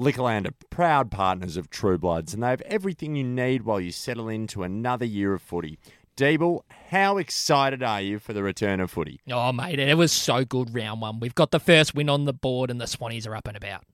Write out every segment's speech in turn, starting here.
Liquorland are proud partners of True Bloods, and they have everything you need while you settle into another year of footy. Deeble, how excited are you for the return of footy? Oh, mate, it was so good round one. We've got the first win on the board, and the Swannies are up and about.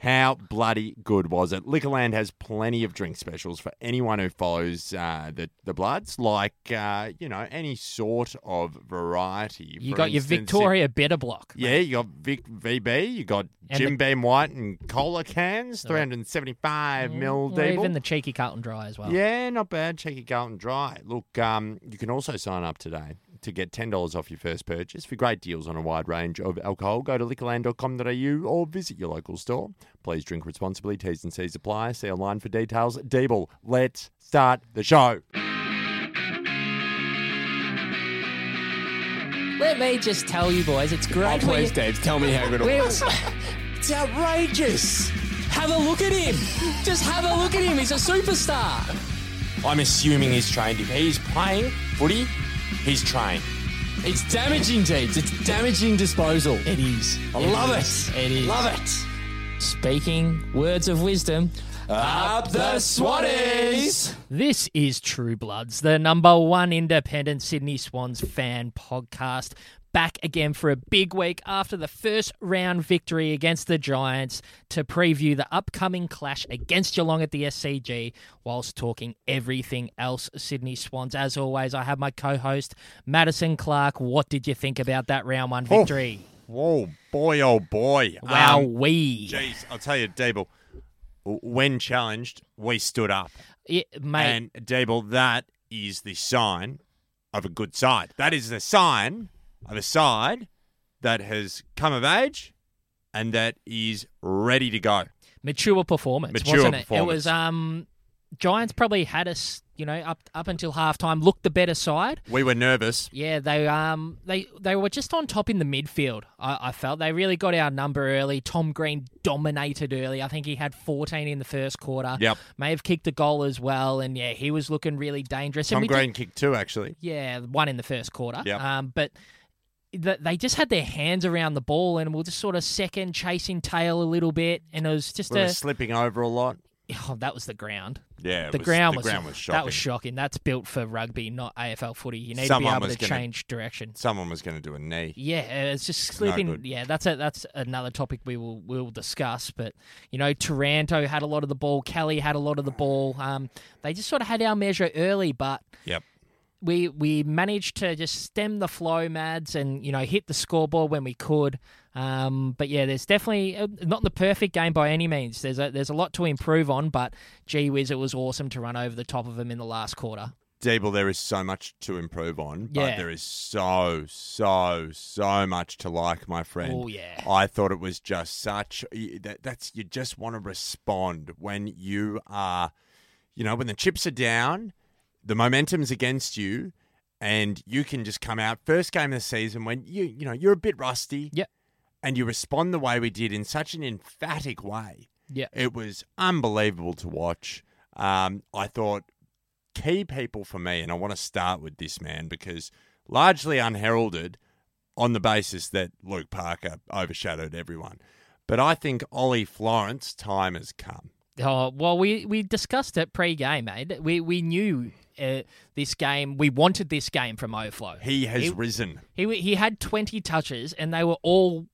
How bloody good was it? Liquorland has plenty of drink specials for anyone who follows uh, the the Bloods, like uh, you know any sort of variety. You For got your instance, if- Victoria Better block. Yeah, you got Vic VB, you got And Jim the- Ben White and cola cans, 375 mil Mm, Or even Deeble. the cheeky Carlton Dry as well. Yeah, not bad. Cheeky Carlton Dry. Look, um, you can also sign up today to get $10 off your first purchase for great deals on a wide range of alcohol. Go to liquorland.com.au or visit your local store. Please drink responsibly. T's and C's apply. See online for details. Deeble, let's start the show. Let me just tell you, boys, it's Oh, great. when please, you- Dave, tell me how good it was. it's outrageous. Have a look at him. Just have a look at him. He's a superstar. I'm assuming he's trained. If he's playing footy, he's trained. It's damaging, Jeeves. It's damaging disposal. It is. I love it. It is. Love it. Speaking words of wisdom. Up the Swannies. This is True Bloods, the number one independent Sydney Swans fan podcast. Back again for a big week after the first round victory against the Giants to preview the upcoming clash against Geelong at the SCG whilst talking everything else Sydney Swans. As always, I have my co host Madison Clark. What did you think about that round one Oh. victory? Whoa, boy, oh boy. Wow, Um, we. Jeez, I'll tell you, Dable, when challenged, we stood up. mate, And Dable, that is the sign of a good side. That is the sign of a side that has come of age and that is ready to go. mature performance, Mature wasn't it? It performance. was um, Giants probably had us, you know, up up until halftime looked the better side. We were nervous. Yeah, they um they they were just on top in the midfield. I, I felt they really got our number early. Tom Green dominated early. I think he had 14 in the first quarter. Yep. May have kicked a goal as well, and yeah, he was looking really dangerous. and Tom we did- Green kicked two, actually. yeah, one in the first quarter. Yep. Um, but th- they just had their hands around the ball and were just sort of second chasing tail a little bit, and it was just We a were slipping over a lot. Oh, that was the ground. Yeah, it The was- ground the was, ground was that was shocking. That's built for rugby, not AFL footy. You need Someone to be was able to gonna- change direction. Someone was going to do a knee. Yeah, it's just no slipping. good. yeah, that's a, that's another topic we will we'll discuss. But you know, Taranto had a lot of the ball. Kelly had a lot of the ball. Um, they just sort of had our measure early, but Yep. we we managed to just stem the flow, Mads, and you know hit the scoreboard when we could. Um, but yeah, there's definitely uh, not the perfect game by any means. There's a, there's a lot to improve on, but gee whiz, it was awesome to run over the top of them in the last quarter. Deeble, there is so much to improve on, but Yeah. there is so, so, so much to like, my friend. Oh yeah, I thought it was just such y- that that's you just want to respond when you are, you know, when the chips are down, the momentum's against you, and you can just come out first game of the season when you you know you're a bit rusty, Yep. and you respond the way we did in such an emphatic way. yeah, It was unbelievable to watch. Um, I thought key people for me, and I want to start with this man because largely unheralded on the basis that Luke Parker overshadowed everyone. But I think Ollie Florence time has come. Oh well, we we discussed it pre-game, mate. We we knew uh, this game. We wanted this game from Oflo. He has He- risen. He w- he had twenty touches, and they were all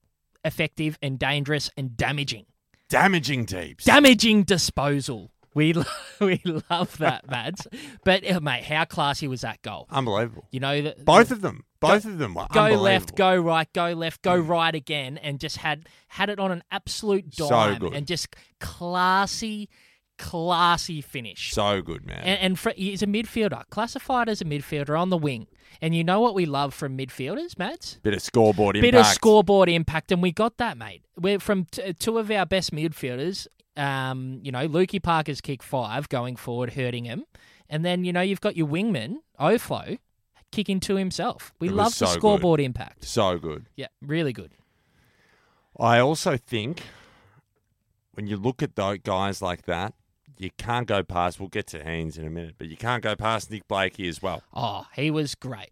effective and dangerous and damaging. Damaging deeps. damaging disposal. We lo- we love that, Mads. But uh, mate, how classy was that goal? Unbelievable. You know, the, Both of them. Both of them were go unbelievable. left, go right, go left, go right again, and just had had it on an absolute So dime, good. and just classy, classy finish. So good, man. and, and Fre- he's a midfielder, classified as a midfielder on the wing. And you know what we love from midfielders, Mads? Bit of scoreboard impact. bit of scoreboard impact, and we got that, mate. We're from t- two of our best midfielders. Um, you know, Lukey Parker's kick five going forward, hurting him, and then you know you've got your wingman Oflo kicking to himself. We It was love the so good. scoreboard impact. So good. Yeah, really good. I also think when you look at those guys like that, you can't go past. We'll get to Haynes in a minute, but you can't go past Nick Blakey as well. Oh, he was great.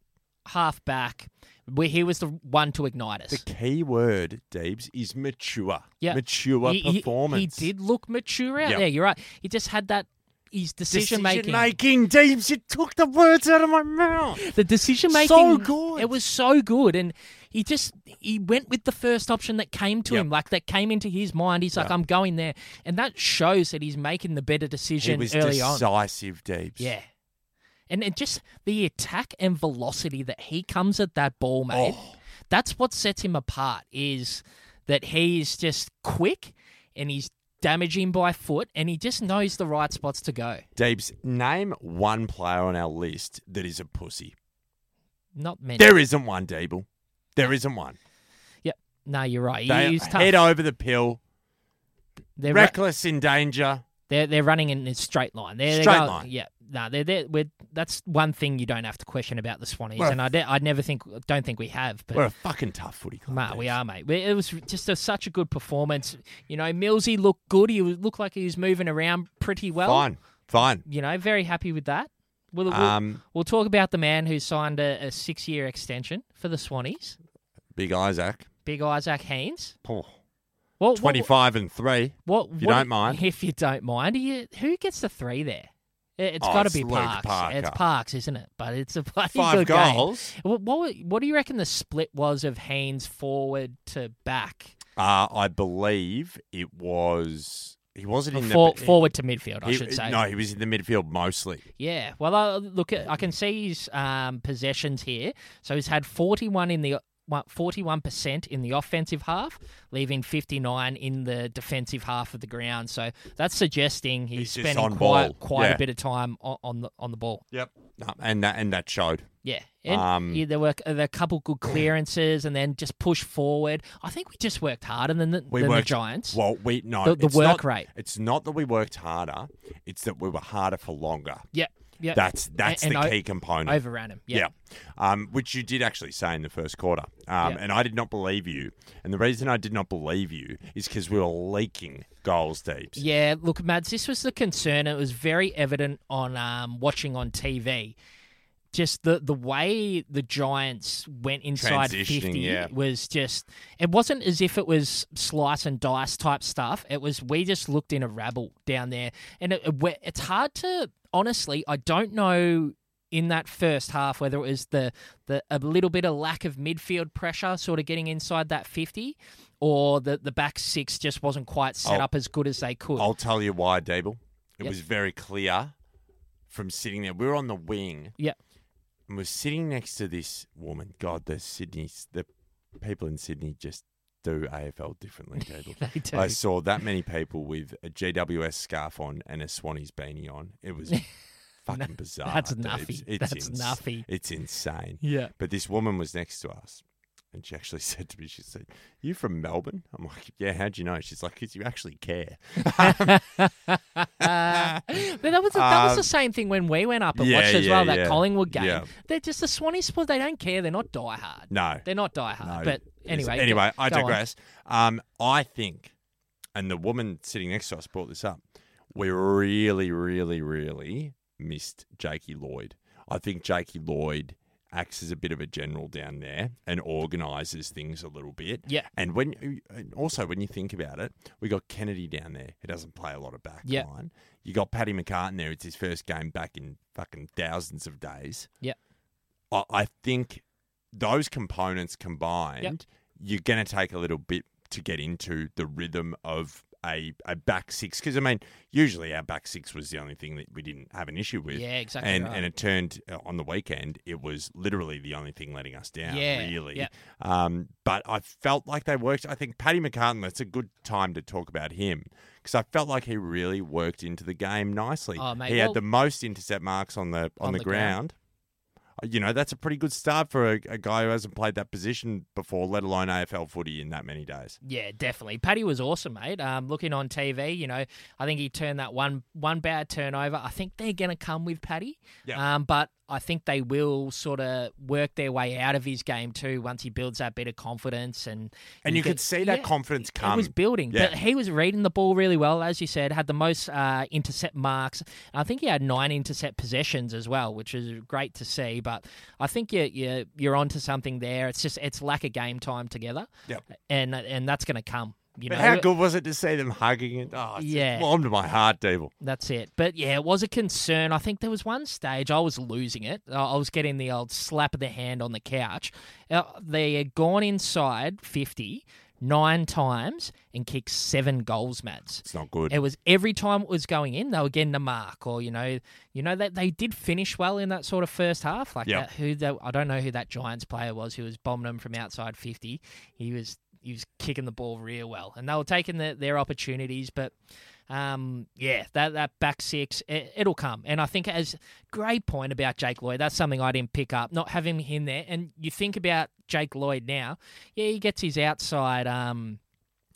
Half back We, he was the one to ignite us. The key word, Deebs, is mature. Yeah. Mature He- he- performance. He, did look mature out Yep. there. You're right. He just had that. His decision making. making, Deebs. You took the words out of my mouth. The decision making. So good. It was so good, and he just he went with the first option that came to Yep. him, like that came into his mind. He's like, I'm going there, and that shows that he's making the better He decision was early on. decisive, Deebs. Yeah. And, and just the attack and velocity that he comes at that ball, mate. Oh. That's what sets him apart is that he is just quick and he's damaging by foot and he just knows the right spots to go. Deebs, name one player on our list that is a pussy. Not many. There isn't one, Deeble. There isn't one. Yep. No, you're right. They He, he's tough. head over the pill, They're, ru- reckless in danger. they're they're running in a straight line. They're, they're Straight going- line. Yeah. No, they're, they're we're, that's one thing you don't have to question about the Swannies, Well- and I de- I never think don't think we have. But We're a fucking tough footy club. Mate, we Deebs. are, mate. We- It was just a, such a good performance. You know, Millsy looked good. He was- looked like he was moving around pretty well. Fine, fine. You know, very happy with that. We'll, we'll, Um, we'll talk about the man who signed a, a six year extension for the Swannies, Big Isaac. Big Isaac Haynes. Oh, What, 25 and 3. What, what, if you what- don't mind. If you don't mind. You, who gets the three there? It, has Oh, got to it's be Luke Parks. It's Parker. Parks, isn't it? But it's a bloody Five good game. goals. What, what, were- what do you reckon the split was of Haynes forward to back? Uh, I believe it was. He wasn't in For, the. forward to midfield, I he- should say. No, he was in the midfield mostly. Yeah. Well, I, look, uh, I can see his um, possessions here. So he's had 41 in the uh, what, 41% in the offensive half, leaving 59 in the defensive half of the ground. So that's suggesting he's, He's just spending on quite ball. quite Yeah. a bit of time on, on the on the ball. Yep. No, and that and that showed. Yeah. And Um, yeah, there were there were a couple good clearances and then just push forward. I think we just worked harder than the, We than the worked- Giants. Well, we no. The- the it's not- work rate. It's not that we worked harder. It's that we were harder for longer. yeah. Yeah. That's that's and the o- key component. overran him. Yeah. Yeah. Um, which you did actually say in the first quarter. Um, Yeah. And I did not believe you. And the reason I did not believe you is because we were leaking goals deeps. Yeah, look, Mads, this was the concern. It was very evident on um, watching on TV. Just the, the way the Giants went inside Transitioning, 50 yeah. was just, it wasn't as if it was slice and dice type stuff. It was, we just looked in a rabble down there. And it, it, we- it's hard to, honestly, I don't know in that first half whether it was the, the a little bit of lack of midfield pressure sort of getting inside that 50 or the, the back six just wasn't quite set Oh. up as good as they could. I'll tell you why, Dable. It Yep. was very clear from sitting there. We were on the wing Yeah. and we're sitting next to this woman. God, the Sydney's the people in Sydney just do AFL differently, Dable. They do. I saw that many people with a GWS scarf on and a Swannies beanie on. It was fucking bizarre. that's dude. nuffy. It's- it's That's ins- nuffy. It's insane. Yeah. But this woman was next to us. And she actually said to me, she said, You from Melbourne? I'm like, Yeah, how'd you know? She's like, Because you actually care. But that was that was Um, the same thing when we went up and yeah, watched as yeah, well that yeah, Collingwood game. yeah. They're just the Swanee sport. They don't care. They're not diehard. No. They're not diehard. but Yes. anyway, anyway, go- I go on. digress. Um, I think, and the woman sitting next to us brought this up. We really, really, really missed Jakey Lloyd. I think Jakey Lloyd acts as a bit of a general down there and organises things a little bit. Yeah. And when you- and also when you think about it, we got Kennedy down there who doesn't play a lot of back Yeah. line. You got Paddy McCartan there. It's his first game back in fucking thousands of days. Yeah. I, I think those components combined, you're going to take a little bit to get into the rhythm of a, a back six. Because, I mean, usually our back six was the only thing that we didn't have an issue with. Yeah, exactly And, right. and it turned uh, on the weekend, it was literally the only thing letting us down, Yeah, really. yeah. Um, but I felt like they worked. I think Paddy McCartan, that's a good time to talk about him because I felt like he really worked into the game nicely. Oh, mate, he well- had the most intercept marks on the on, On the, the ground. ground Uh, you know, that's a pretty good start for a, a guy who hasn't played that position before, let alone AFL footy in that many days. Yeah, definitely. Paddy was awesome, mate. Um, looking on TV, you know, I think he turned that one one bad turnover. I think they're going to come with Paddy. Yeah. Um, but I think they will sort of work their way out of his game too once he builds that bit of confidence and And you could see that yeah, confidence It was come. building, Yeah. but he was reading the ball really well, as you said. Had the most uh, intercept marks. I think he had nine intercept possessions as well, which is great to see. But I think you're you're, you're onto something there. It's just it's lack of game time together, Yep. and and that's going to come. You But know, how good was it to see them hugging it? Oh, it's Yeah. warmed my heart, Devil. That's it. But yeah, it was a concern. I think there was one stage I was losing it. I I was getting the old slap of the hand on the couch. Uh, They had gone inside 50 nine times and kicked seven goals, Mads. It's not good. It was every time it was going in, they were getting a mark, or you know, you know that they, did finish well in that sort of first half. Like Yep. that, who that I don't know who that Giants player was who was bombing them from outside fifty. He was he was kicking the ball real well, and they were taking the, their opportunities. But um, yeah, that that back six, it, it'll come. And I think as great point about Jake Lloyd, that's something I didn't pick up. Not having him there, and you think about Jake Lloyd now. Yeah, he gets his outside. Um,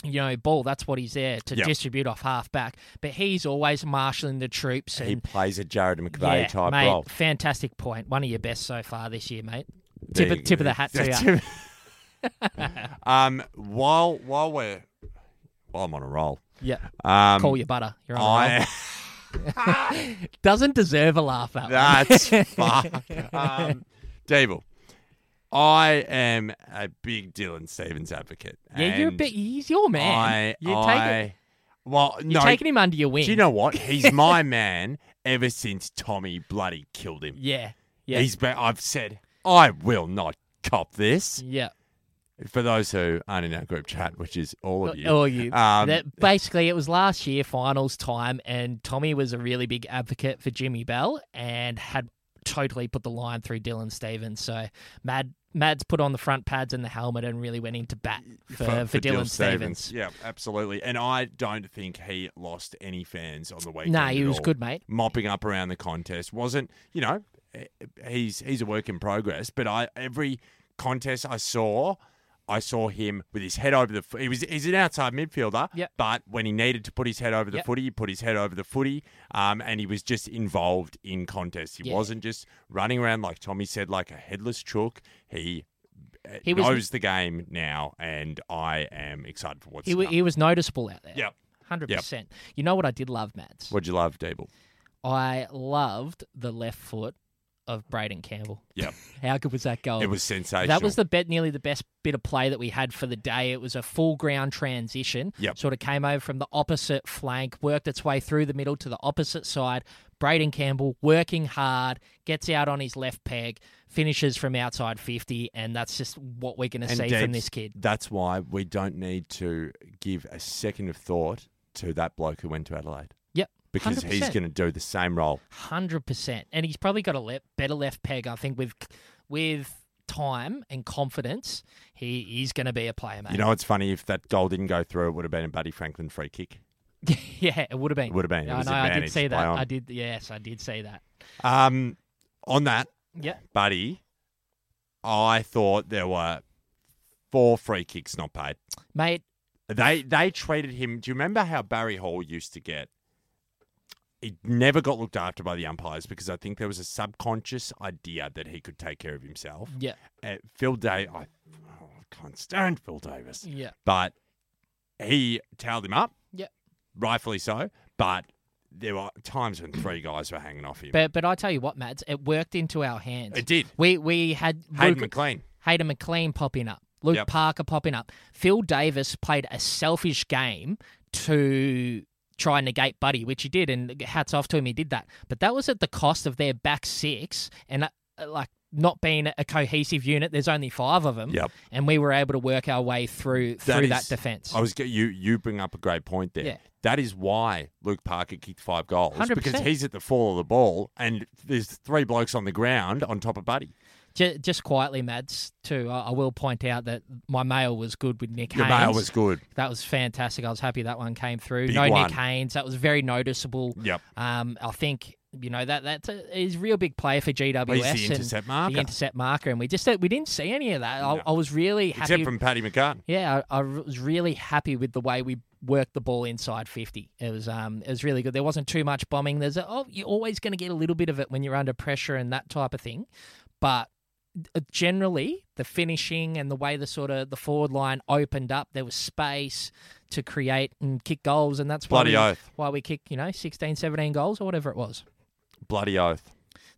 you know, ball. That's what he's there to Yeah. distribute off half back. But he's always marshalling the troops he and plays a Jared McVeigh yeah, type mate, role. fantastic point. One of your best so far this year, mate. There tip you of, tip go. of the hat to you. Tip- um, while while we're while I'm on a roll, Yeah, um, call your butter. You're on. I... I Doesn't deserve a laugh. That one. that's fuck. Um, Devil, I am a big Dylan Stevens advocate. Yeah, you're a and bit. He's your man. I, you I, take it. well, You're no, taking him under your wing. do you know what? He's my man ever since Tommy bloody killed him. Yeah. Yeah. He's been, I've said, I will not cop this. yeah. For those who aren't in our group chat, which is all of you. Or you. Um, Oh, that basically, it was last year finals time, and Tommy was a really big advocate for Jimmy Bell and had totally put the line through Dylan Stevens. So Mad Mad's put on the front pads and the helmet and really went into bat for, for, Dylan, Stevens. Yeah, absolutely. And I don't think he lost any fans on the weekend. Nah, he at was all. good, mate. Mopping up around the contest wasn't, you know, eh, he's he's a work in progress. But I every contest I saw, I saw him with his head over the. fo- He was he's an outside midfielder. Yep. But when he needed to put his head over the Yep. footy, he put his head over the footy, um, and he was just involved in contests. He Yeah. wasn't just running around like Tommy said, like a headless chook. He uh, He was- knows the game now, and I am excited for what's He, wa- coming. he was noticeable out there. Yep. 100%. You know what I did love, Mads? What'd you love, Dable? I loved the left foot of Braden Campbell. Yep, How good was that goal? it was sensational. Oh. That was the bet, nearly the best bit of play that we had for the day. It was a full ground transition. Yep. Sort of came over from the opposite flank, worked its way through the middle to the opposite side. Braden Campbell working hard, gets out on his left peg, finishes from outside 50, and that's just what we're going to And see Deebs, from this kid. That's why we don't need to give a second of thought to that bloke who went to Adelaide Yep. because he's 100%. going to do the same role. Hundred percent, and he's probably got a le- better left peg. I think with with time and confidence, he is going to be a player, mate. You know, it's funny if that goal didn't go through, it would have been a Buddy Franklin free kick. yeah, it would have been. It would have been. It I was know. I did advantage by see that. on. I did. Yes, I did see that. Um, on that, Yeah. Buddy, I thought there were four free kicks not paid. Mate, They they treated him. Do you remember how Barry Hall used to get? He never got looked after by the umpires because I think there was a subconscious idea that he could take care of himself. yeah, Uh, Phil Day, I, oh, I can't stand Phil Davis, yeah, but he tailed him up. Yep. rightfully so. But there were times when three guys were hanging off him. but but I tell you what, Mads, it worked into our hands. it did. We we had Hayden Luke- McLean. Hayden McLean popping up, Luke Yep. Parker popping up. Phil Davis played a selfish game to try and negate Buddy, which he did, and hats off to him, he did that. But that was at the cost of their back six and uh, like not being a cohesive unit. There's only five of them, Yep. and we were able to work our way through That through is- that defense. I was ge- you. You bring up a great point there. Yeah. That is why Luke Parker kicked five goals 100%. because he's at the fall of the ball, and there's three blokes on the ground on top of Buddy. Ju- Just quietly, Mads, too. I I will point out that my mail was good with Nick Your Haynes. mail was good. That was fantastic. I was happy that one came through. Big no one. Nick Haynes. That was very noticeable. Yep. Um, I think you know that that's a, he's a real big player for GWS. He's the and intercept marker. The intercept marker, and we just we didn't see any of that. I, No. I was really happy. Except from Paddy McCartan. yeah, I, I was really happy with the way we worked the ball inside 50. It was um, it was really good. There wasn't too much bombing. There's a, oh, you're always going to get a little bit of it when you're under pressure and that type of thing, but uh, generally the finishing and the way the sort of the forward line opened up, there was space to create and kick goals, and that's why Bloody we, oath. why we kicked you know 16, 17 goals or whatever it was. Bloody oath.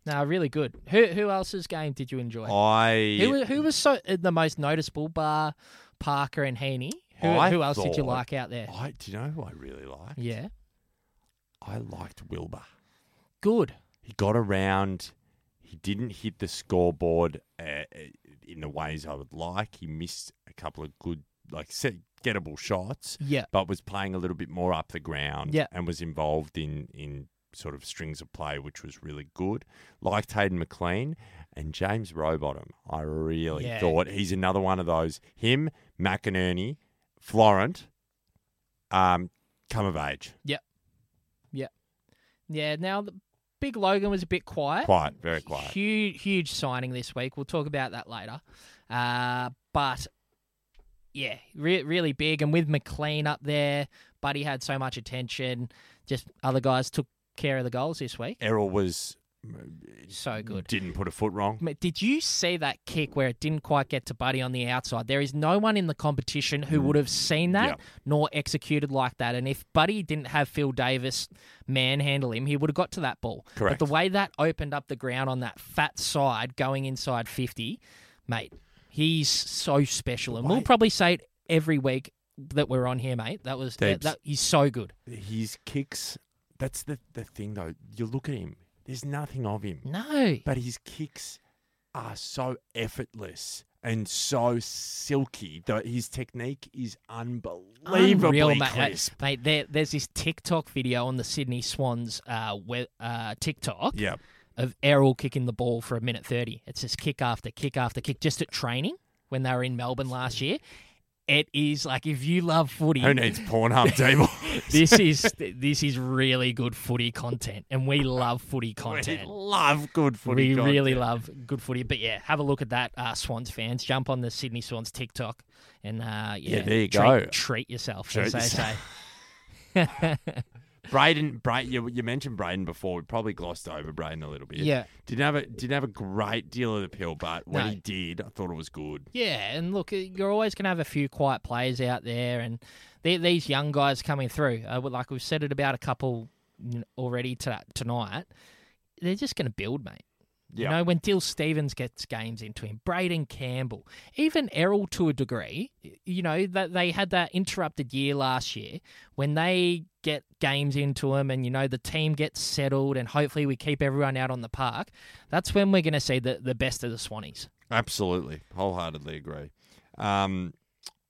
No, really good. Who who else's game did you enjoy? I Who was, who was so uh, the most noticeable? Bar Parker and Heaney. Who, I who else did you thought- like out there? I do you know who I really liked? Yeah, I liked Wilbur. good. He got around. He didn't hit the scoreboard uh, in the ways I would like. He missed a couple of good, like set, gettable shots, Yeah, but was playing a little bit more up the ground. Yeah. and was involved in in sort of strings of play, which was really good. Liked Hayden McLean and James Rowbottom. I really Yeah. thought he's another one of those. Him, McInerney, Florent, um, come of age. yeah. Now the big Logan was a bit quiet. Quiet, very quiet. Huge, huge signing this week. We'll talk about that later. Uh, but yeah, re- really big. And with McLean up there, Buddy had so much attention. Just other guys took care of the goals this week. Errol was Mm. So good. Didn't put a foot wrong. Mate, Did you see that kick where it didn't quite get to Buddy on the outside? There is no one in the competition who would have seen that Mm. Yeah. nor executed like that. And if Buddy didn't have Phil Davis manhandle him, he would have got to that ball. Correct. But the way that opened up the ground on that fat side going inside 50, mate, he's so special. And we'll way- probably say it every week that we're on here, mate. That was that, Debs. that, he's so good. His kicks. That's the the thing though. You look at him. There's nothing of him, No. but his kicks are so effortless and so silky that his technique is unbelievably Unreal, mate. crisp. Mate, there, there's this TikTok video on the Sydney Swans uh, web, uh, TikTok Yeah, of Errol kicking the ball for a minute 30. It's just kick after kick after kick, just at training when they were in Melbourne last year. It is like if you love footy, who needs Pornhub, table? this is this is really good footy content, and we love footy we content. love good footy. We content. really love good footy, but yeah, have a look at that, uh, Swans fans. Jump on the Sydney Swans TikTok, and uh, yeah, there you treat, go. Treat yourself, Treat as they yourself. say. Braden, Braden, you, you mentioned Braden before. We probably glossed over Braden a little bit. Yeah. didn't have a didn't have a great deal of appeal, but when No. he did, I thought it was good. Yeah, and look, uh, you're always going to have a few quiet players out there, and the- these young guys coming through. Uh, well, like we've said it about a couple you know, already to, tonight. They're just going to build, mate. Yeah. You know, when Dill Stevens gets games into him, Braden Campbell, even Errol to a degree, y- you know, that they had that interrupted year last year. When they get games into them and, you know, the team gets settled and hopefully we keep everyone out on the park, that's when we're going to see the, the best of the Swannies. Absolutely, wholeheartedly agree. Um,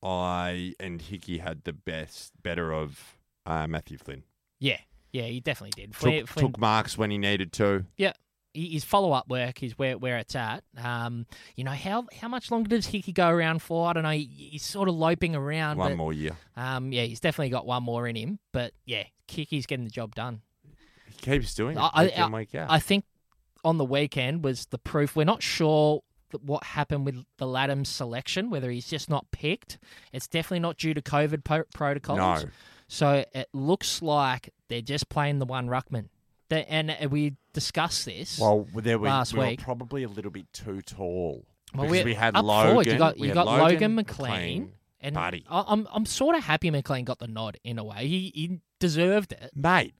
I and Hickey had the best, better of uh, Matthew Flynn. Yeah, yeah, he definitely did. Took, Flynn, Flynn- took marks when he needed to. yeah, he- his follow up work is where where it's at. Um, you know how how much longer does Hickey go around for? I don't know. He- He's sort of loping around. One but, more year. Um, yeah, he's definitely got one more in him. But yeah, Kicky's getting the job done. He keeps doing it. I- week I- in, week out. I think on the weekend was the proof. We're not sure th- what happened with the Laddam selection, whether he's just not picked. It's definitely not due to COVID po- protocols. No. So it looks like they're just playing the one ruckman. They- and uh, we discussed this. well, there we, last we were week- probably a little bit too tall. Well, because we're we had up Logan. forward. You got, we you had got Logan, McLean. McLean. and Buddy. I, I'm, I'm sort of happy McLean got the nod in a way. He, he deserved it. Mate,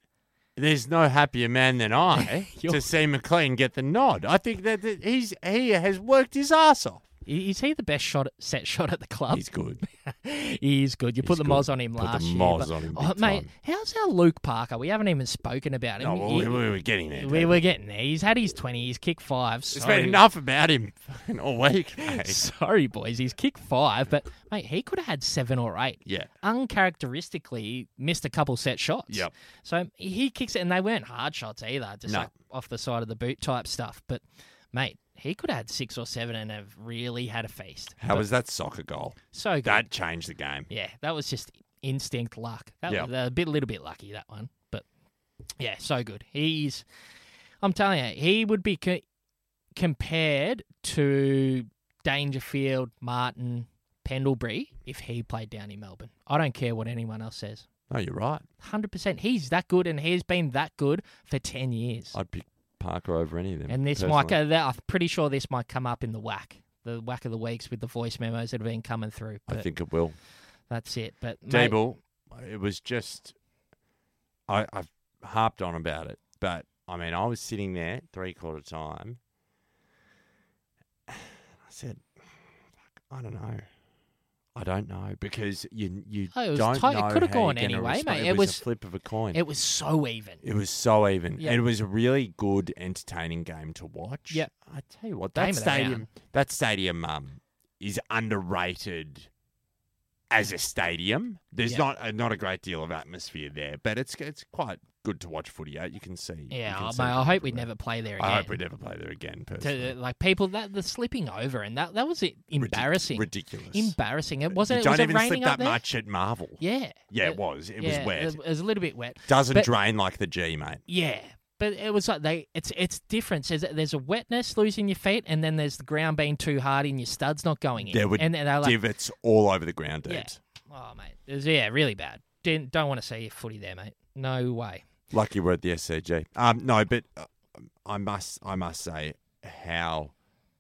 there's no happier man than I to You're- see McLean get the nod. I think that, that he's he has worked his ass off. I- Is he the best shot set shot at the club? He's good. he is good. You put the He's good. moz on him Put the last year. moz but- on him Oh, big mate, time. how's our Luke Parker? We haven't even spoken about him. No, well, we, He- we were getting there. we were getting there. He's had his 20. He's kicked five. It's Sorry. been enough about him fucking all week. mate. Sorry, boys. He's kicked five, but, mate, he could have had seven or eight. Yeah. uncharacteristically missed a couple set shots. Yep. So he kicks it, and they weren't hard shots either, just No. like off the side of the boot type stuff. But mate, he could have had six or seven and have really had a feast. How was that soccer goal? So good. That changed the game. yeah, that was just instinct luck. That Yeah. was a bit, little bit lucky that one, but yeah, so good. He's, I'm telling you, he would be co- compared to Dangerfield, Martin, Pendlebury if he played down in Melbourne. I don't care what anyone else says. No, you're right. 100%. He's that good and he's been that good for 10 years. I'd pick Parker over any of them. And this personally. might go there. I'm pretty sure this might come up in the whack, the whack of the weeks with the voice memos that have been coming through. I But think it will. that's it. But mate, Dable, it was just, I, I've harped on about it, but I mean, I was sitting there three quarter time. I said, Fuck, I don't know. I don't know because you you Oh, it was don't tight. It know. coulda how gone you're gonna anyway, respond. mate. It, It was, was- a flip of a coin. It, it was so even. was so even. Yeah. It was a really good, entertaining game to watch. Yeah. I tell you what, Game that of the stadium, hour. that stadium, um, is underrated as a stadium. There's Yeah. not a, not a great deal of atmosphere there, but it's it's quite good to watch footy at. You can see. you yeah, can oh, see mate, I from hope we everywhere. never play there again. I hope we never play there again. Personally, To- like people that the slipping over and that that was it- Ridic- embarrassing. ridiculous. Embarrassing. It wasn't. you it don't was even it raining slip up that there? much at Marvel. Yeah. Yeah, it was. It yeah, was wet. It was a little bit wet. Doesn't but- drain like the G, mate. Yeah, but it was like they. It's it's different. There's, there's a wetness losing your feet, and then there's the ground being too hard and your studs not going in. There were and they're like, Divots all over the ground, dude. Yeah. oh mate, it was- yeah, really bad. Didn't don't want to see your footy there, mate. No way. Lucky we're at the SCG. Um, no, but uh, I must, I must say how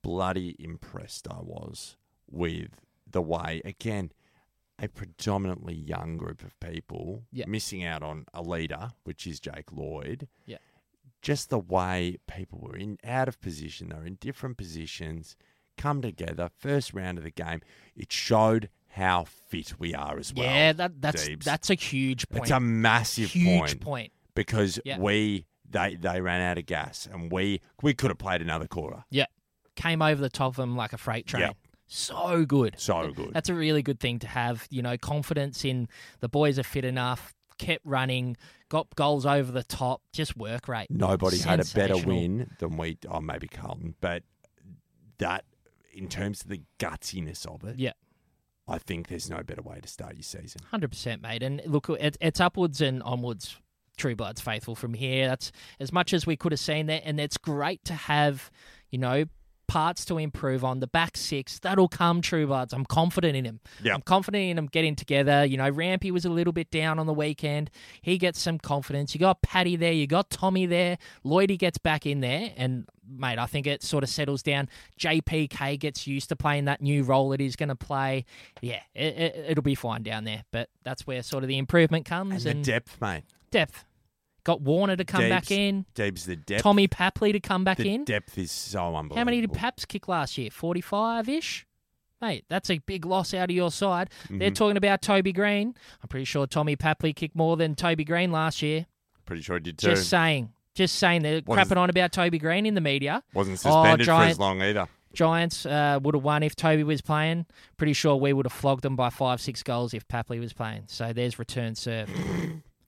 bloody impressed I was with the way again a predominantly young group of people Yeah. missing out on a leader, which is Jake Lloyd. Yeah. Just the way people were in out of position, they were in different positions, come together, first round of the game. It showed how fit we are as well. yeah, that that's Deebs. that's a huge point. It's a massive huge point point. because Yeah. we they they ran out of gas and we we could have played another quarter. Yeah, came over the top of them like a freight train. Yeah. So good. So good. That's a really good thing to have, you know, confidence in the boys are fit enough, kept running, got goals over the top, just work rate. Nobody had a better Sensational. win than we. Oh, maybe Carlton, but that in terms of the gutsiness of it, Yeah. I think there's no better way to start your season. Hundred percent, mate. And look, it, it's upwards and onwards. True Blood's faithful from here. That's as much as we could have seen there, and it's great to have, you know, parts to improve on. The back six that'll come. True Bloods, I'm confident in him. Yeah. I'm confident in him getting together. You know, Rampy was a little bit down on the weekend. He gets some confidence. You got Patty there. You got Tommy there. Lloydie gets back in there, and mate, I think it sort of settles down. JPK gets used to playing that new role that he's going to play. Yeah, it, it, it'll be fine down there. But that's where sort of the improvement And comes the and, depth, mate. depth. Got Warner to come back Deebs- in. Deeb's the depth. Tommy Papley to come back the in. depth is so unbelievable. How many did Paps kick last year? 45 ish? Mate, that's a big loss out of your side. Mm-hmm. They're talking about Toby Green. I'm pretty sure Tommy Papley kicked more than Toby Green last year. Pretty sure he did too. Just saying. Just saying. They're What is- crapping on about Toby Green in the media. Wasn't Oh, suspended for Giant- as long either. Giants uh, would have won if Toby was playing. Pretty sure we would have flogged them by five, six goals if Papley was playing. So there's return serve.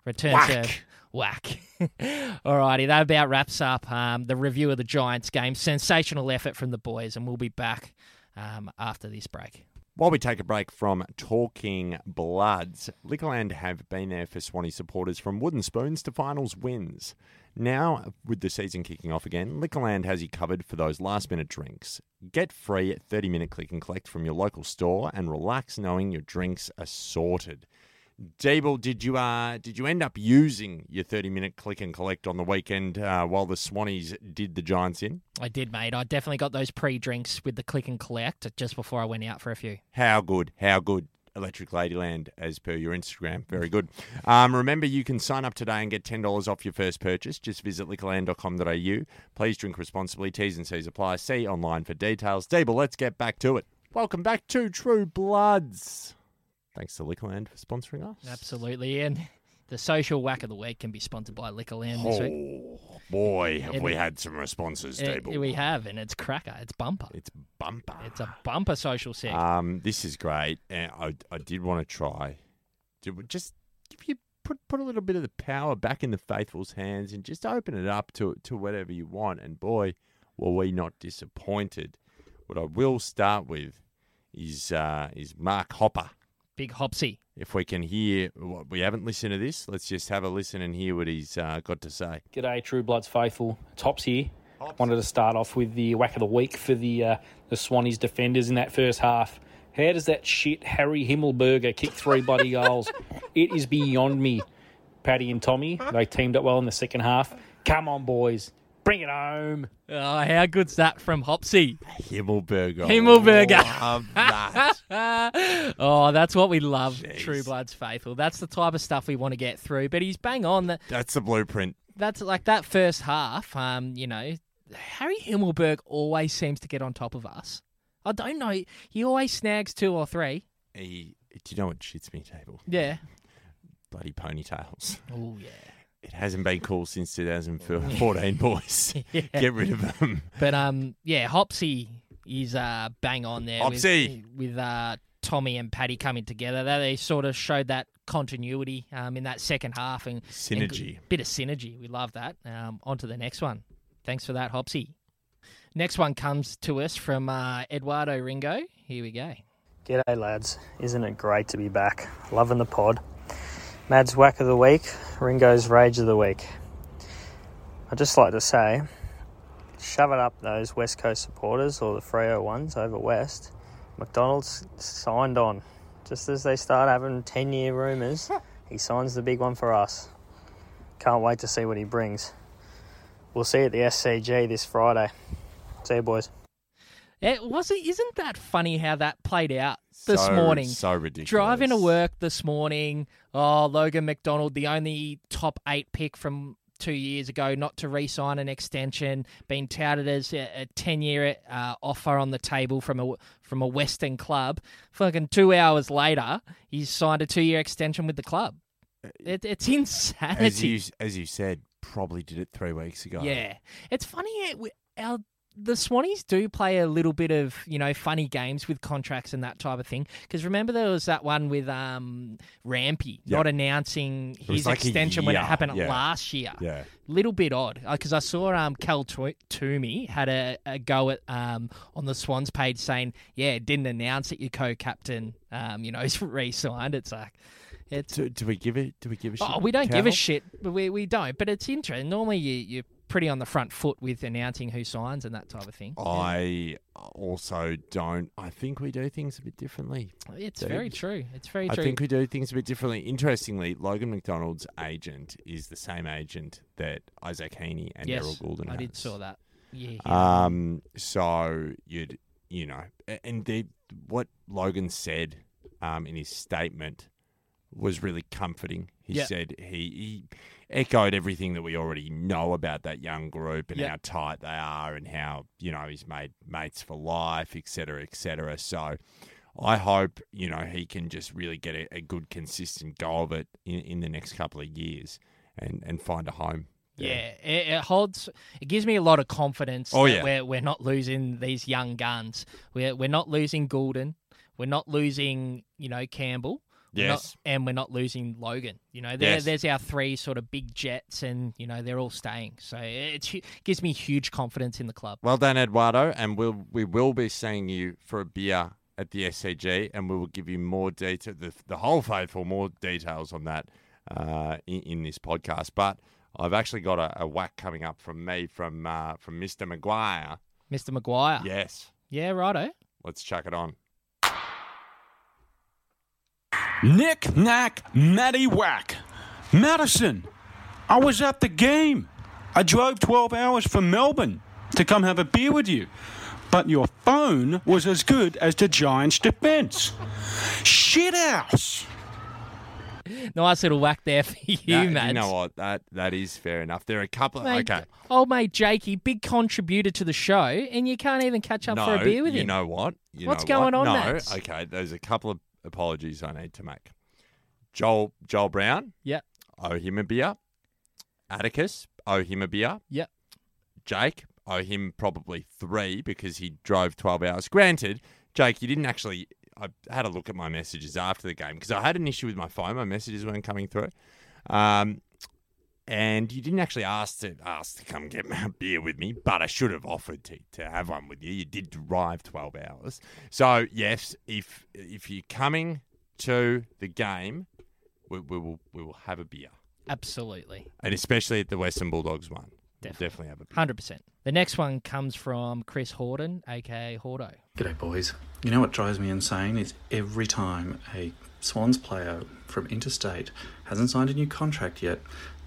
return Whack. serve. Whack. Alrighty, that about wraps up um, the review of the Giants game. Sensational effort from the boys, and we'll be back um, after this break. While we take a break from Talking Bloods, Liquorland have been there for Swanee supporters from wooden spoons to finals wins. Now, with the season kicking off again, Liquorland has you covered for those last minute drinks. Get free 30 minute click and collect from your local store and relax knowing your drinks are sorted. Dable, did you uh, did you end up using your 30 minute click and collect on the weekend uh, while the Swannies did the Giants in? I did, mate. I definitely got those pre drinks with the click and collect just before I went out for a few. How good, how good. Electric Ladyland, as per your Instagram. Very good. Um, remember, you can sign up today and get $10 off your first purchase. Just visit liquorland.com.au. Please drink responsibly. T's and C's apply. See online for details. Dable, let's get back to it. Welcome back to True Bloods. Thanks to Liquorland for sponsoring us. Absolutely. And the social whack of the week can be sponsored by Liquorland this week. Oh, boy, have And- we had some responses, It- Dable. we have, and it's cracker. It's bumper. it's bumper. It's a bumper social seg. Um, this is great. And I, I did want to try. Did we just give you put put a little bit of the power back in the faithful's hands and just open it up to to whatever you want. And boy, were we not disappointed. What I will start with is uh, is Mark Hopper. Big Hopsy. If we can hear what we haven't listened to this, let's just have a listen and hear what he's uh, got to say. G'day, True Bloods faithful. It's Hops here. Wanted to start off with the whack of the week for the uh, the Swannies defenders in that first half. How does that shit Harry Himmelberger kick three bloody goals? It is beyond me. Paddy and Tommy, they teamed up well in the second half. Come on, boys. Bring it home. Oh, how good's that from Hopsy? Himmelberger. Himmelberger. Love that. oh, that's what we love. True Blood's faithful. That's the type of stuff we want to get through. But he's bang on that. That's the blueprint. That's like that first half. Um, you know, Harry Himmelberg always seems to get on top of us. I don't know. He always snags two or three. He, do you know what shits me, Table? Yeah. Bloody ponytails. Oh yeah. It hasn't been cool since 2014, boys. Get rid of them. But um, yeah, Hopsy is uh bang on there. Hopsy. with, with uh Tommy and Paddy coming together. They, they sort of showed that continuity um in that second half and and good- Synergy. bit of synergy. We love that. Um, on to the next one. Thanks for that, Hopsy. Next one comes to us from uh, Eduardo Ringo. Here we go. G'day, lads. Isn't it great to be back? Loving the pod. Mad's Whack of the Week, Ringo's Rage of the Week. I'd just like to say, shove it up those West Coast supporters or the Freo ones over West. McDonald's signed on. Just as they start having 10 year rumours, he signs the big one for us. Can't wait to see what he brings. We'll see you at the SCG this Friday. See you, boys. It wasn't. Isn't that funny how that played out this So- morning? So ridiculous. Driving to work this morning. Oh, Logan McDonald, the only top eight pick from two years ago, not to re-sign an extension, being touted as a, a ten-year uh, offer on the table from a from a Western club. Fucking two hours later, he's signed a two-year extension with the club. It, it's insanity. Uh, As you, as you said, probably did it three weeks ago. Yeah, it's funny. It, we- our the Swannies do play a little bit of you know funny games with contracts and that type of thing. Because remember there was that one with um Rampy not announcing was his like a extension when it year, happened yeah. last year. Yeah. Little bit odd because I saw um Cal Tw- Toomey had a, a go at um on the Swans page saying yeah didn't announce that your co-captain um you know is re-signed. It's like it's Do, do we give it? Do we give a shit? Oh, we don't give a Cal? shit. but We, we don't. But it's interesting. Normally, you, you're pretty on the front foot with announcing who signs and that type of thing. Oh, I also don't. I think we do things a bit differently. it's dude. very true. It's very I true. think we do things a bit differently. Interestingly, Logan McDonald's agent is the same agent that Isaac Heaney and yes, Errol Goulden I did has. saw that. Yeah. Um, so you'd you know, a- and the what Logan said um, in his statement was really comforting. He Yeah. said he, he echoed everything that we already know about that young group and Yeah. how tight they are and how you know he's made mates for life, et cetera, et cetera. So. I hope you know he can just really get a, a good, consistent go of it in, in the next couple of years, and, and find a home. there. Yeah, it, it holds. It gives me a lot of confidence. Oh, that yeah. we're we're not losing these young guns. We're we're not losing Goulden. We're not losing you know Campbell. We're not- Yes. and we're not losing Logan. You know, there, Yes. there's our three sort of big jets, and you know they're all staying. So it, it gives me huge confidence in the club. Well done, Eduardo, and we'll we will be seeing you for a beer at the SCG, and we will give you more detail, the, the whole faithful, more details on that uh, in, in this podcast. But I've actually got a, a whack coming up from me from uh, from Mister Maguire. Mr. Maguire. Yes, yeah, righto. let's chuck it on. Nick Knack Matty Whack. Madison, I was at the game. I drove 12 hours from Melbourne to come have a beer with you. But your phone was as good as the Giants' defense. Shit house. Nice little whack there for you, That- Mads. you know what? That that is fair enough. There are a couple. Mate, okay, Old mate Jakey, big contributor to the show, and you can't even catch up no, for a beer with you him. know what? You What's know what? going on, No, Mads? okay. There's a couple of apologies I need to make. Joel Joel Brown. Yep. owe him a beer. Atticus, owe him a beer. Yep. Jake, owe him probably three because he drove 12 hours. Granted, Jake, you didn't actually. I had a look at my messages after the game because I had an issue with my phone. My messages weren't coming through. Um, and you didn't actually ask to ask to come get a beer with me, but I should have offered to, to have one with you. You did drive twelve hours, so yes, if if you're coming to the game, we, we will we will have a beer Absolutely. and especially at the Western Bulldogs one. Definitely. Definitely have a beer. 100%. The next one comes from Chris Horden, aka Hordo. G'day, boys. You know what drives me insane is every time a Swans player from interstate hasn't signed a new contract yet,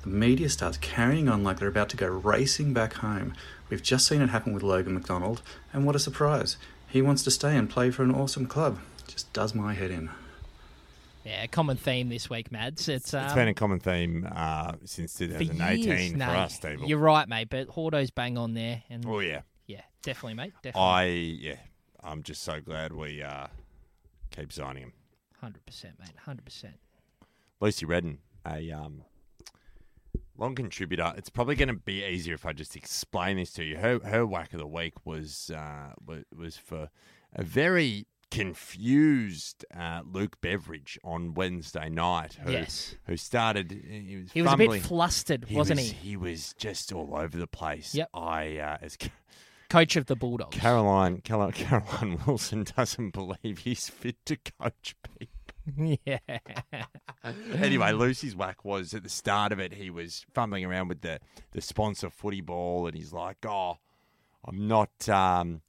the media starts carrying on like they're about to go racing back home. We've just seen it happen with Logan McDonald, and what a surprise. He wants to stay and play for an awesome club. Just does my head in. Yeah, common theme this week, Mads. It's, um, It's been a common theme uh, since for 2018 years. for No, us, Steve. You're right, mate, but Hordo's bang on there. And Oh yeah, yeah, definitely, mate. Definitely. I yeah, I'm just so glad we uh, keep signing him. 100%, mate. 100%. Lucy Redden, a um, long contributor. It's probably going to be easier if I just explain this to you. Her her whack of the week was uh, wa- was for a very confused uh, Luke Beveridge on Wednesday night. Who, Yes. who started? He was, He was a fumbling. bit flustered, He wasn't was- he? He was just all over the place. Yep. I uh, as Coach of the Bulldogs. Caroline, Caroline Caroline Wilson doesn't believe he's fit to coach people. yeah. Anyway, Lucy's whack was at the start of it. He was fumbling around with the the sponsor footy ball, and he's like, "Oh, I'm not, um,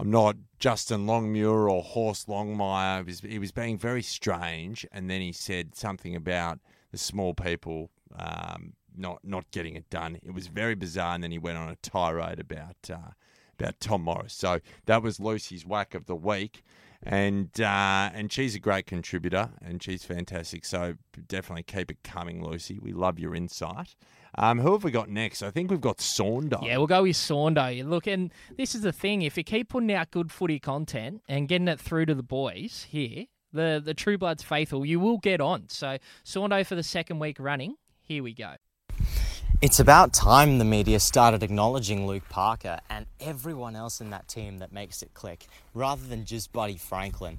I'm not Justin Longmuir or Horst Longmire." He was, he was being very strange, and then he said something about the small people um, not not getting it done. It was very bizarre, and then he went on a tirade about uh, about Tom Morris. So that was Lucy's whack of the week, and uh, and she's a great contributor, and she's fantastic. So definitely keep it coming, Lucy. We love your insight. Um, who have we got next? I think we've got Saunders. Yeah, we'll go with Saundo. Look, and this is the thing: if you keep putting out good footy content and getting it through to the boys here, the the True Bloods faithful, you will get on. So Saundo for the second week running. Here we go. It's about time the media started acknowledging Luke Parker and everyone else in that team that makes it click, rather than just Buddy Franklin.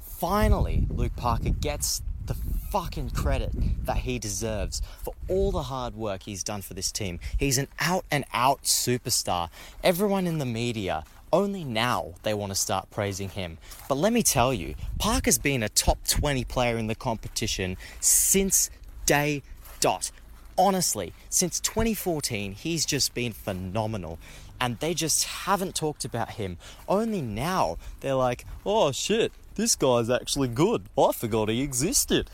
Finally, Luke Parker gets the fucking credit that he deserves for all the hard work he's done for this team. He's an out and out superstar. Everyone in the media, only now they want to start praising him. But let me tell you, Parker's been a top 20 player in the competition since day dot. Honestly, since 2014, he's just been phenomenal. And they just haven't talked about him. Only now they're like, oh shit, this guy's actually good. I forgot he existed.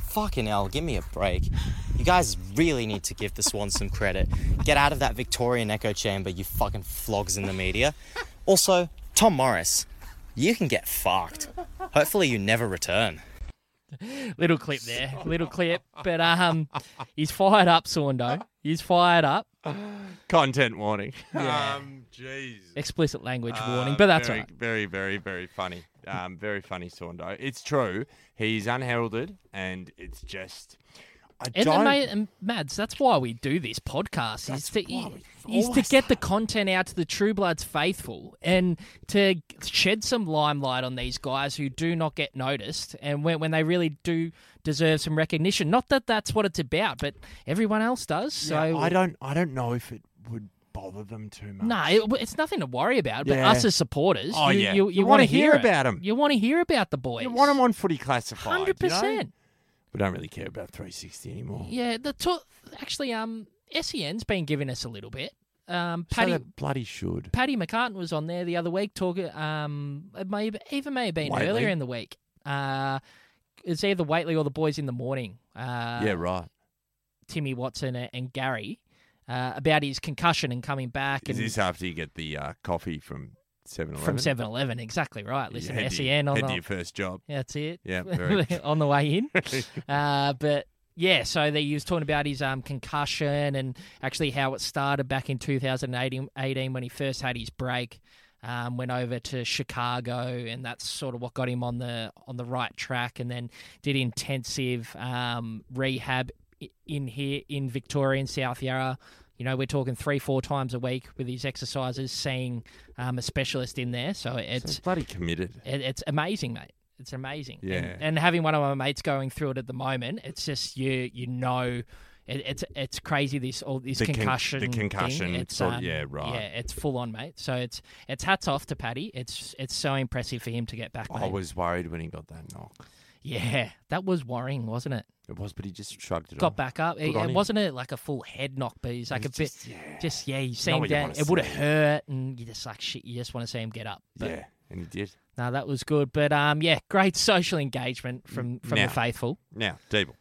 Fucking hell, give me a break. You guys really need to give the Swans some credit. Get out of that Victorian echo chamber, you fucking flogs in the media. Also, Tom Morris, you can get fucked. Hopefully, you never return. Little clip there, little clip. But um, he's fired up, Saundo. He's fired up. Content warning. Yeah. Um, jeez. Explicit language warning, Uh, but that's all very, right. Very, very, very funny. Um, very funny, Saundo. It's true. He's unheralded, and it's just. I And, don't. and, mate, and Mads, that's why we do this podcast is to why we've is to always get the content out to the True Bloods faithful and to shed some limelight on these guys who do not get noticed and when when they really do deserve some recognition. Not that that's what it's about, but everyone else does. So I don't. I don't know if it would bother them too much. No, it, it's nothing to worry about. But Yeah. us as supporters, Oh, you, yeah. you, You want wanna to hear it. about 'em. You want to hear about the boys. You want them on footy classified. hundred you know? percent. We don't really care about 360 anymore. Yeah, the to- actually, um, SEN's been giving us a little bit. Um, So Paddy they bloody should. Paddy McCartan was on there the other week talking. Um, it may have- even may have been Waitley? earlier in the week. Uh, it's either Waitley or the boys in the morning. Uh, yeah, right. Timmy Watson a- and Gary uh, about his concussion and coming back Is and this after you get the uh, coffee from 7 Eleven? from Seven Eleven. Exactly right. Listen E to SEN on Head to the, your first job. Yeah, That's it. Yeah, very- on the way in. uh, but yeah, so they, he was talking about his um, concussion and actually how it started back in 2018 18 when he first had his break. Um, went over to Chicago, and that's sort of what got him on the on the right track. And then did intensive um, rehab i- in here in Victoria in South Yarra. You know, we're talking three, four times a week with his exercises, seeing um, a specialist in there. So it's It's bloody committed. it, it's amazing, mate. It's amazing. And- Yeah. And, having one of my mates going through it at the moment, it's just you you know, it, it's it's crazy. This all this The con- the concussion, thing. concussion It's, um, sort of- yeah, right. Yeah, it's full on, mate. So it's it's hats off to Paddy. It's it's so impressive for him to get back. Mate. I was worried when he got that knock. Yeah, that was worrying, wasn't it? It was, but he just shrugged it Got off. back up. It, Oh, Good on it him. wasn't it like a full head knock, but he's like a bit, just yeah, you see him what you down. wanna It would have see. hurt, and you just like shit. You just want to see him get up. But Yeah, and he did. no, that was good. But um, yeah, great social engagement from from Now. the faithful. Now, Deeble,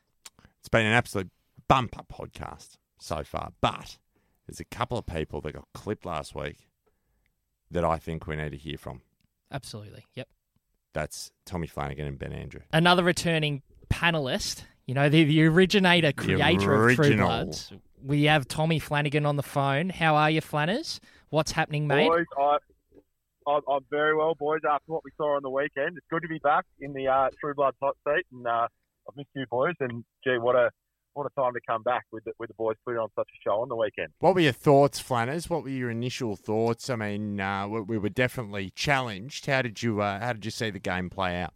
it's been an absolute bumper podcast so far, but there's a couple of people that got clipped last week that I think we need to hear from. Absolutely. Yep. That's Tommy Flanagan and Ben Andrew. Another returning panelist. You know, the, the originator, creator of True original. Bloods. We have Tommy Flanagan on the phone. How are you, Flanners? What's happening, mate? Boys, I, I'm, I'm very well, boys. After what we saw on the weekend, it's good to be back in the uh, True Bloods hot seat, and uh, I've missed you, boys. And gee, what a what a time to come back with the, with the boys putting on such a show on the weekend. What were your thoughts, Flanners? What were your initial thoughts? I mean, uh, we, we were definitely challenged. How did you uh, How did you see the game play out?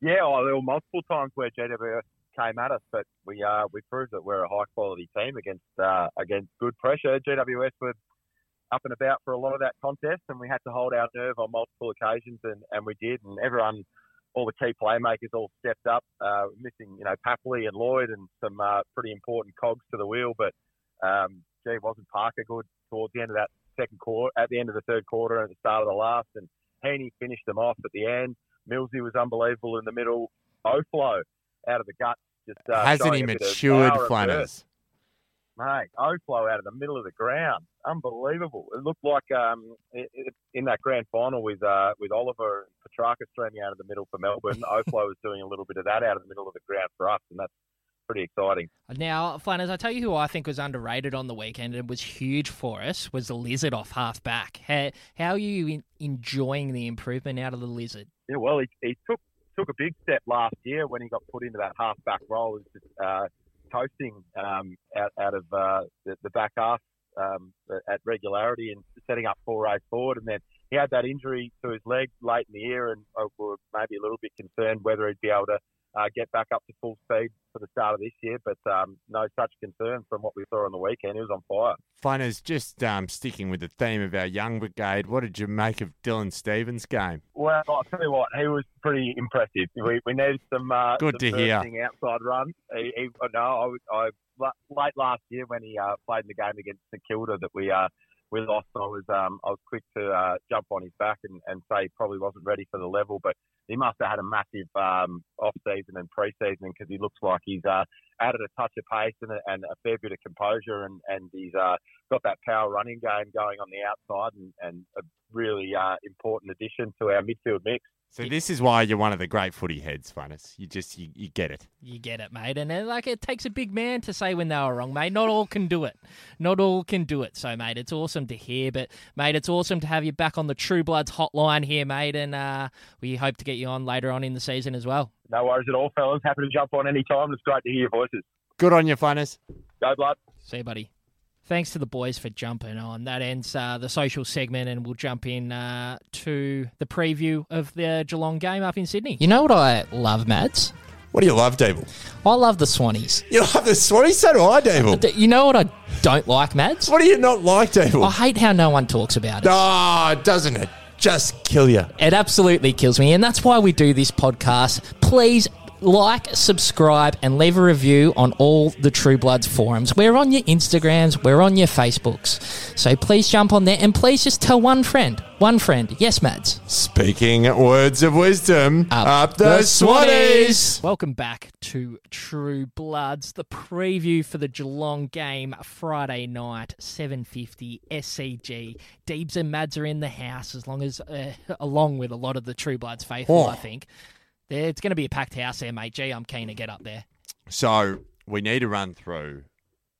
Yeah, oh, there were multiple times where JWS came at us, but we uh, we proved that we're a high quality team against uh, against good pressure. JWS were up and about for a lot of that contest, and we had to hold our nerve on multiple occasions, and, and we did. And everyone, all the key playmakers, all stepped up, uh, missing you know Papley and Lloyd and some uh, pretty important cogs to the wheel. But um, gee, wasn't Parker good towards the end of that second quarter, at the end of the third quarter, and at the start of the last, and Heaney finished them off at the end. Millsy was unbelievable in the middle. Oflo out of the gut. Just, uh, Hasn't showing he a bit of matured, power and burst Flanners? mate, Oflo out of the middle of the ground, unbelievable. It looked like um, i i in that grand final with uh, with Oliver and Petrarca streaming out of the middle for Melbourne. Oflo was doing a little bit of that out of the middle of the ground for us, and that's pretty exciting. Now, Flanners, I tell you who I think was underrated on the weekend and was huge for us was the lizard off half back. How, how are you in, enjoying the improvement out of the lizard? Yeah, well, he, he took took a big step last year when he got put into that half back role as just, uh, coasting um, out, out of uh, the, the back half um, at regularity and setting up four race forward. And then he had that injury to his leg late in the year, and uh, we were maybe a little bit concerned whether he'd be able to uh, get back up to full speed for the start of this year. But um, no such concern from what we saw on the weekend. He was on fire. Flanners, just um, sticking with the theme of our young brigade, what did you make of Dylan Stevens' game? Well, I'll tell you what, he was pretty impressive. We, we needed some uh, Good some to hear. bursting outside run. He, he, no, I, was- I la- late last year when he uh, played in the game against St Kilda that we uh, we lost. I was um, I was quick to uh, jump on his back and, and say he probably wasn't ready for the level, but he must have had a massive um, off season and pre season because he looks like he's uh, added a touch of pace and a, and a fair bit of composure and and he's uh, got that power running game going on the outside and, and a really uh, important addition to our midfield mix. So this is why you're one of the great footy heads, Flanners. You just you, you get it. You get it, mate. And uh, like it takes a big man to say when they were wrong, mate. Not all can do it. Not all can do it. So, mate, it's awesome to hear. But, mate, it's awesome to have you back on the True Bloods hotline here, mate. And uh, we hope to get you on later on in the season as well. No worries at all, fellas. Happy to jump on any time. It's great to hear your voices. Good on you, Flanners. Go, blood. See you, buddy. Thanks to the boys for jumping on. That ends uh, the social segment, and we'll jump in uh, to the preview of the Geelong game up in Sydney. You know what I love, Mads? What do you love, Dable? I love the Swannies. You love the Swannies? So do I, Dable. You know what I don't like, Mads? What do you not like, I Dable? hate how no one talks about it. Ah, doesn't it just kill you? It absolutely kills me, and that's why we do this podcast. Please like, subscribe, and leave a review on all the True Bloods forums. We're on your Instagrams, we're on your Facebooks. So please jump on there and please just tell one friend. One friend. Yes, Mads. Speaking words of wisdom, up, the, Swannies. Welcome back to True Bloods, the preview for the Geelong game Friday night, 7:50 SCG. Deebs and Mads are in the house as long as uh, along with a lot of the True Bloods faithful, Oh. I think. There, it's going to be a packed house there, mate. Gee, I'm keen to get up there. So we need to run through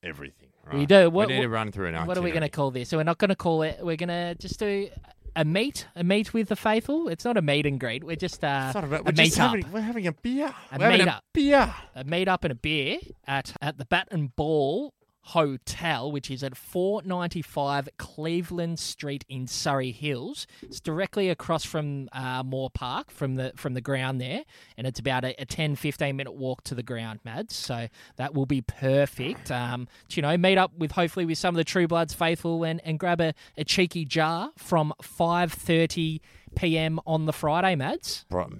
everything. Right? We do. What- we need to what- run through an What are we going to itinerary. call this? So we're not going to call it. We're going to just do a meet, a meet with the faithful. It's not a meet and greet. We're just uh, Sorry, we're a meet just up. having, we're having a beer. A we're having a meet-up. beer. a uh, meet up and a beer at, at the Bat and Ball Hotel, which is at 495 Cleveland Street in Surrey Hills. It's directly across from uh, Moore Park, from the from the ground there, and it's about a, a 10, 15 minute walk to the ground, Mads. So that will be perfect. Um, to, you know, meet up with hopefully with some of the True Bloods faithful and, and grab a, a cheeky jar from 5.30 p.m. on the Friday, Mads. Problem.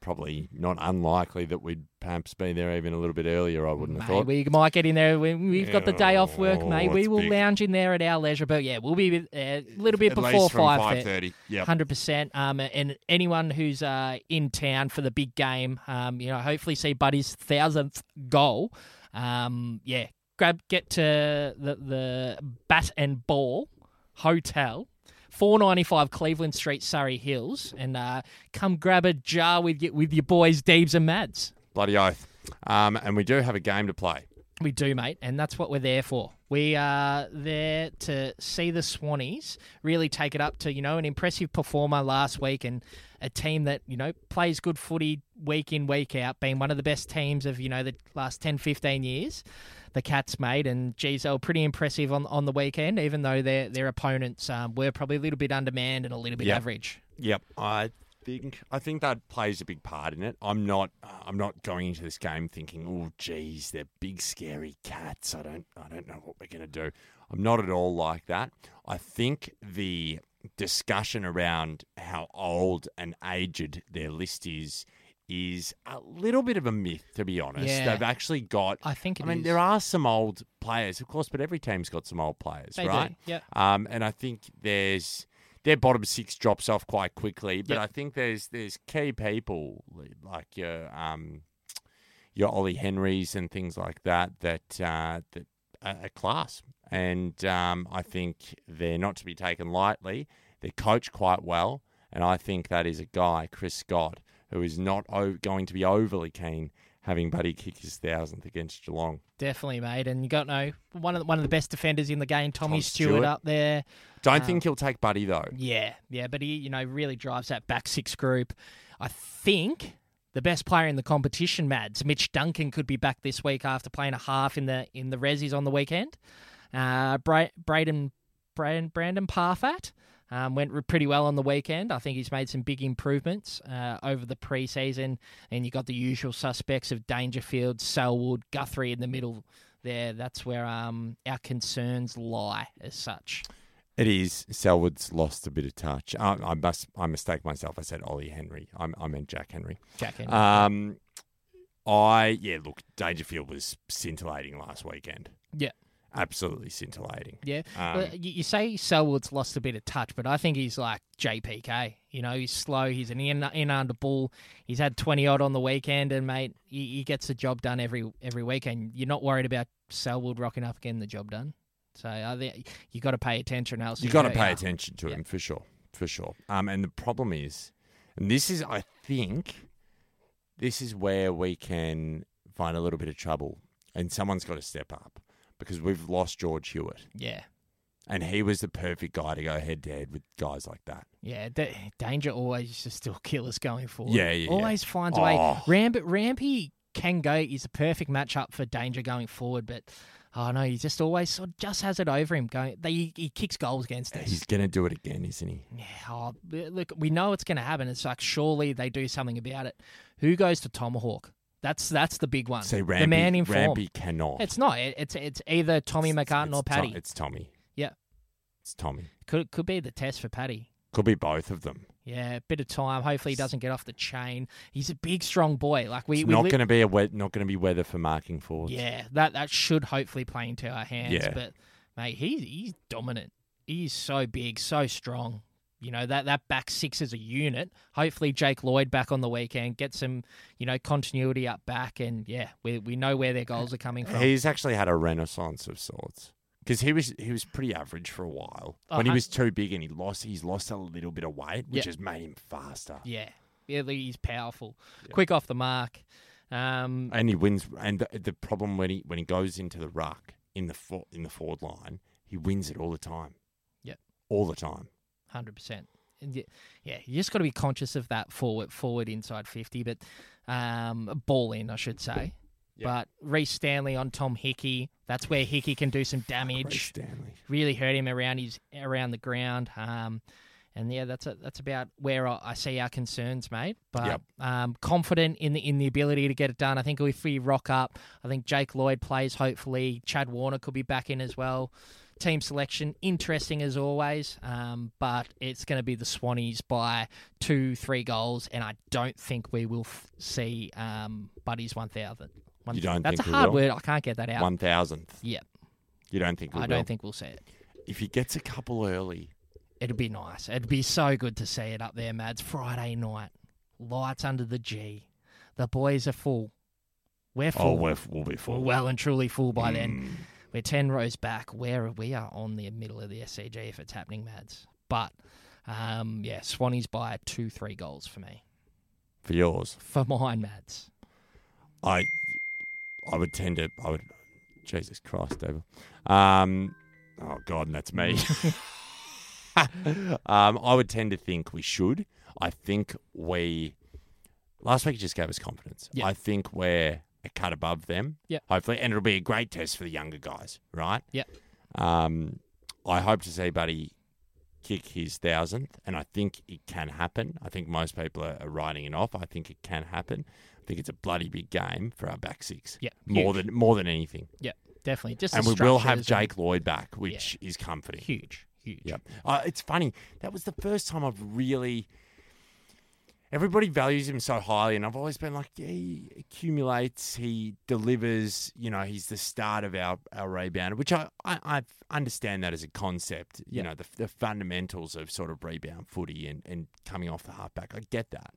probably not unlikely that we'd perhaps be there even a little bit earlier. I wouldn't have Mate, thought. we might get in there. We- We've got the day off work, Yeah, mate. We it's will big. lounge in there at our leisure. But yeah, we'll be a little bit At before least from five thirty. 5:30. Yep. Hundred percent. Um, and anyone who's uh in town for the big game, um, you know, hopefully see Buddy's thousandth goal. Um, yeah, grab get to the the Bat and Ball Hotel. 495 Cleveland Street, Surrey Hills, and uh, come grab a jar with your, with your boys, Deebs and Mads. Bloody oath. Um, and we do have a game to play. We do, mate, and that's what we're there for. We are there to see the Swannies really take it up to, you know, an impressive performer last week and a team that, you know, plays good footy week in, week out, being one of the best teams of, you know, the last 10, 15 years. The Cats made, and geez, they were pretty impressive on, on the weekend, even though their, their opponents um, were probably a little bit undermanned and a little bit Yeah. average. Yep. I think I think that plays a big part in it. I'm not uh, I'm not going into this game thinking, oh geez, they're big scary cats. I don't I don't know what we're gonna do. I'm not at all like that. I think the discussion around how old and aged their list is is a little bit of a myth, to be honest. Yeah. They've actually got I think it I mean, is. there are some old players, of course, but every team's got some old players, They do, right? yep. Um, and I think there's their bottom six drops off quite quickly, but Yep. I think there's there's key people like your um your Ollie Henrys and things like that that uh, that are are class, and um, I think they're not to be taken lightly. They're coached quite well, and I think that is a guy, Chris Scott, who is not o- going to be overly keen having Buddy kick his thousandth against Geelong. Definitely, mate. And you got no one of the, one of the best defenders in the game, Tommy Tom Stewart, Stewart. up there. Don't think he'll take Buddy though. Yeah, yeah, but he, you know, really drives that back six group. I think the best player in the competition, Mads, Mitch Duncan, could be back this week after playing a half in the in the Resies on the weekend. Uh, Bra- Braden, Braden, Brandon Parfat um, went re- pretty well on the weekend. I think he's made some big improvements uh, over the preseason, and you got the usual suspects of Dangerfield, Selwood, Guthrie in the middle. There, that's where um, our concerns lie, as such. It is. Selwood's lost a bit of touch. I, I must. I mistake myself. I said Ollie Henry. I, I meant Jack Henry. Jack Henry. Um, I yeah. Look, Dangerfield was scintillating last weekend. Yeah. Absolutely scintillating. Yeah. Um, well, you, you say Selwood's lost a bit of touch, but I think he's like JPK. You know, he's slow. He's an in, in under ball. He's had 20 odd on the weekend, and mate, he, he gets the job done every every weekend. You're not worried about Selwood rocking up again, the job done. So I think you got to pay attention, else You he'll got to hurt pay ya. attention to Yeah. him for sure, for sure. Um, and the problem is, and this is, I think, this is where we can find a little bit of trouble, and someone's got to step up because we've lost George Hewitt, Yeah. and he was the perfect guy to go head to head with guys like that. Yeah, da- danger always used to still kill us going forward. Yeah, yeah, yeah. Always finds a Oh. way. Ramp, Rampy can go is a perfect matchup for danger going forward, but oh no, he just always sort of just has it over him. Going, they, he, he kicks goals against us. He's going to do it again, isn't he? Yeah, oh, look, we know it's going to happen. It's like surely they do something about it. Who goes to Tomahawk? That's that's the big one. Say Rampy, the man in form. Rampy cannot. It's not. It, it's it's either Tommy McCartan It's or To- Paddy. it's Tommy. Yeah. It's Tommy. could could be the test for Paddy. Could be both of them. Yeah, bit of time. Hopefully, he doesn't get off the chain. He's a big, strong boy. Like we, It's we not li- going to be a we- not going to be weather for marking forwards. Yeah, that that should hopefully play into our hands. Yeah. But mate, he's he's dominant. He's so big, so strong. You know that that back six is a unit. Hopefully, Jake Lloyd back on the weekend get some you know continuity up back, and yeah, we we know where their goals are coming from. He's actually had a renaissance of sorts because he was he was pretty average for a while Oh, when he hun- was too big and he lost he's lost a little bit of weight which Yeah. has made him faster yeah, yeah, he's powerful, quick off the mark. Um, and he wins and the, the problem when he when he goes into the ruck in the for, in the forward line he wins it all the time Yeah. all the time hundred percent. Yeah, you just got to be conscious of that forward, forward, inside fifty, but um, ball in, I should say. But Reece Stanley on Tom Hickey, that's where Hickey can do some Ray damage. Stanley Really hurt him around his around the ground. Um, And yeah, that's a, that's about where I, I see our concerns, mate. But Yep. um, confident in the in the ability to get it done. I think if we rock up, I think Jake Lloyd plays. Hopefully, Chad Warner could be back in as well. Team selection interesting as always, um, but it's going to be the Swannies by two, three goals, and I don't think we will f- see um, Buddies one thousand. One, You don't That's think a we hard will? word. I can't get that out. One thousandth. Yeah, You don't think? We I will? don't think we'll see it. if he gets a couple early. It'd be nice. It'd be so good to see it up there, Mads. Friday night, lights under the G. The boys are full. We're full. Oh, we're, we'll be We're full. Mm. well and truly full by then. We're ten rows back. Where we are on the middle of the SCG if it's happening, Mads. But um, yeah, Swannies by two, three goals for me. for yours. For mine, Mads. I I would tend to I would Jesus Christ, David. Um oh God, and that's me. um I would tend to think we should. I think we last week just gave us confidence. Yeah. I think we're a cut above them. Yeah. Hopefully. And it'll be a great test for the younger guys, right? Yeah. Um I hope to see Buddy kick his thousandth, and I think it can happen. I think most people are, are writing it off. I think it can happen. I think it's a bloody big game for our back six. Yeah, more than more than anything, Yeah, definitely. Just and the we will have structures and- Jake Lloyd back, which is comforting. Huge, huge. Yeah, uh, it's funny. That was the first time I've really. Everybody values him so highly, and I've always been like, yeah, he accumulates, he delivers. You know, he's the start of our our rebounder, which I I, I understand that as a concept. You Yeah. know, the, the fundamentals of sort of rebound footy and and coming off the halfback, I get that.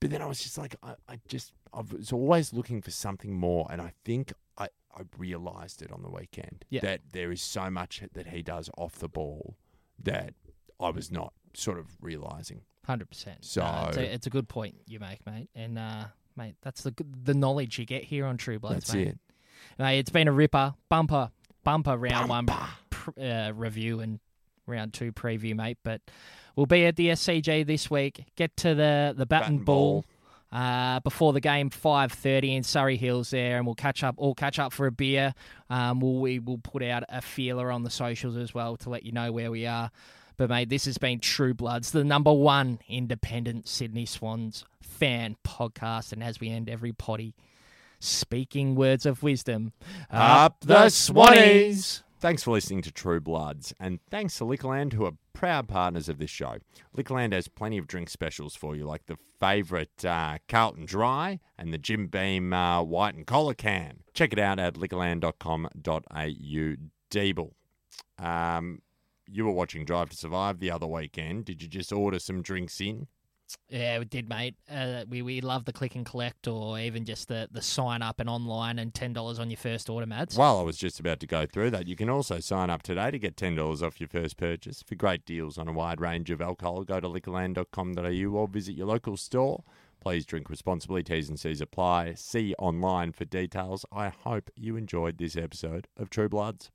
But then I was just like, I, I just I was always looking for something more, and I think I I realised it on the weekend Yeah. that there is so much that he does off the ball that I was not sort of realising. Hundred percent. Uh, it's, So- a, it's a good point you make, mate. And uh, mate, that's the g- the knowledge you get here on True Bloods, That's mate. it. Mate, it's been a ripper, bumper, bumper round one pr- uh, review and round two preview, mate. But we'll be at the SCG this week. Get to the the bat, Bat and and ball. Uh, before the game, five thirty in Surrey Hills there, and we'll catch up. All catch up for a beer. Um, we'll, we will put out a feeler on the socials as well to let you know where we are. But mate, this has been True Bloods, the number one independent Sydney Swans fan podcast. And as we end every potty, speaking words of wisdom. Up the Swannies! Thanks for listening to True Bloods, and thanks to Lickland, who are proud partners of this show. Lickland has plenty of drink specials for you, like the favourite uh, Carlton Dry and the Jim Beam uh, White and Collar can. Check it out at lickland.com.au. Deeble. Um, you were watching Drive to Survive the other weekend. Did you just order some drinks in? Yeah, we did, mate. Uh, we we love the click and collect, or even just the, the sign up and online and ten dollars on your first order, Mads. While I was just about to go through that, you can also sign up today to get $10 off your first purchase. For great deals on a wide range of alcohol, go to liquorland.com.au or visit your local store. Please drink responsibly. T's and C's apply. See online for details. I hope you enjoyed this episode of True Bloods.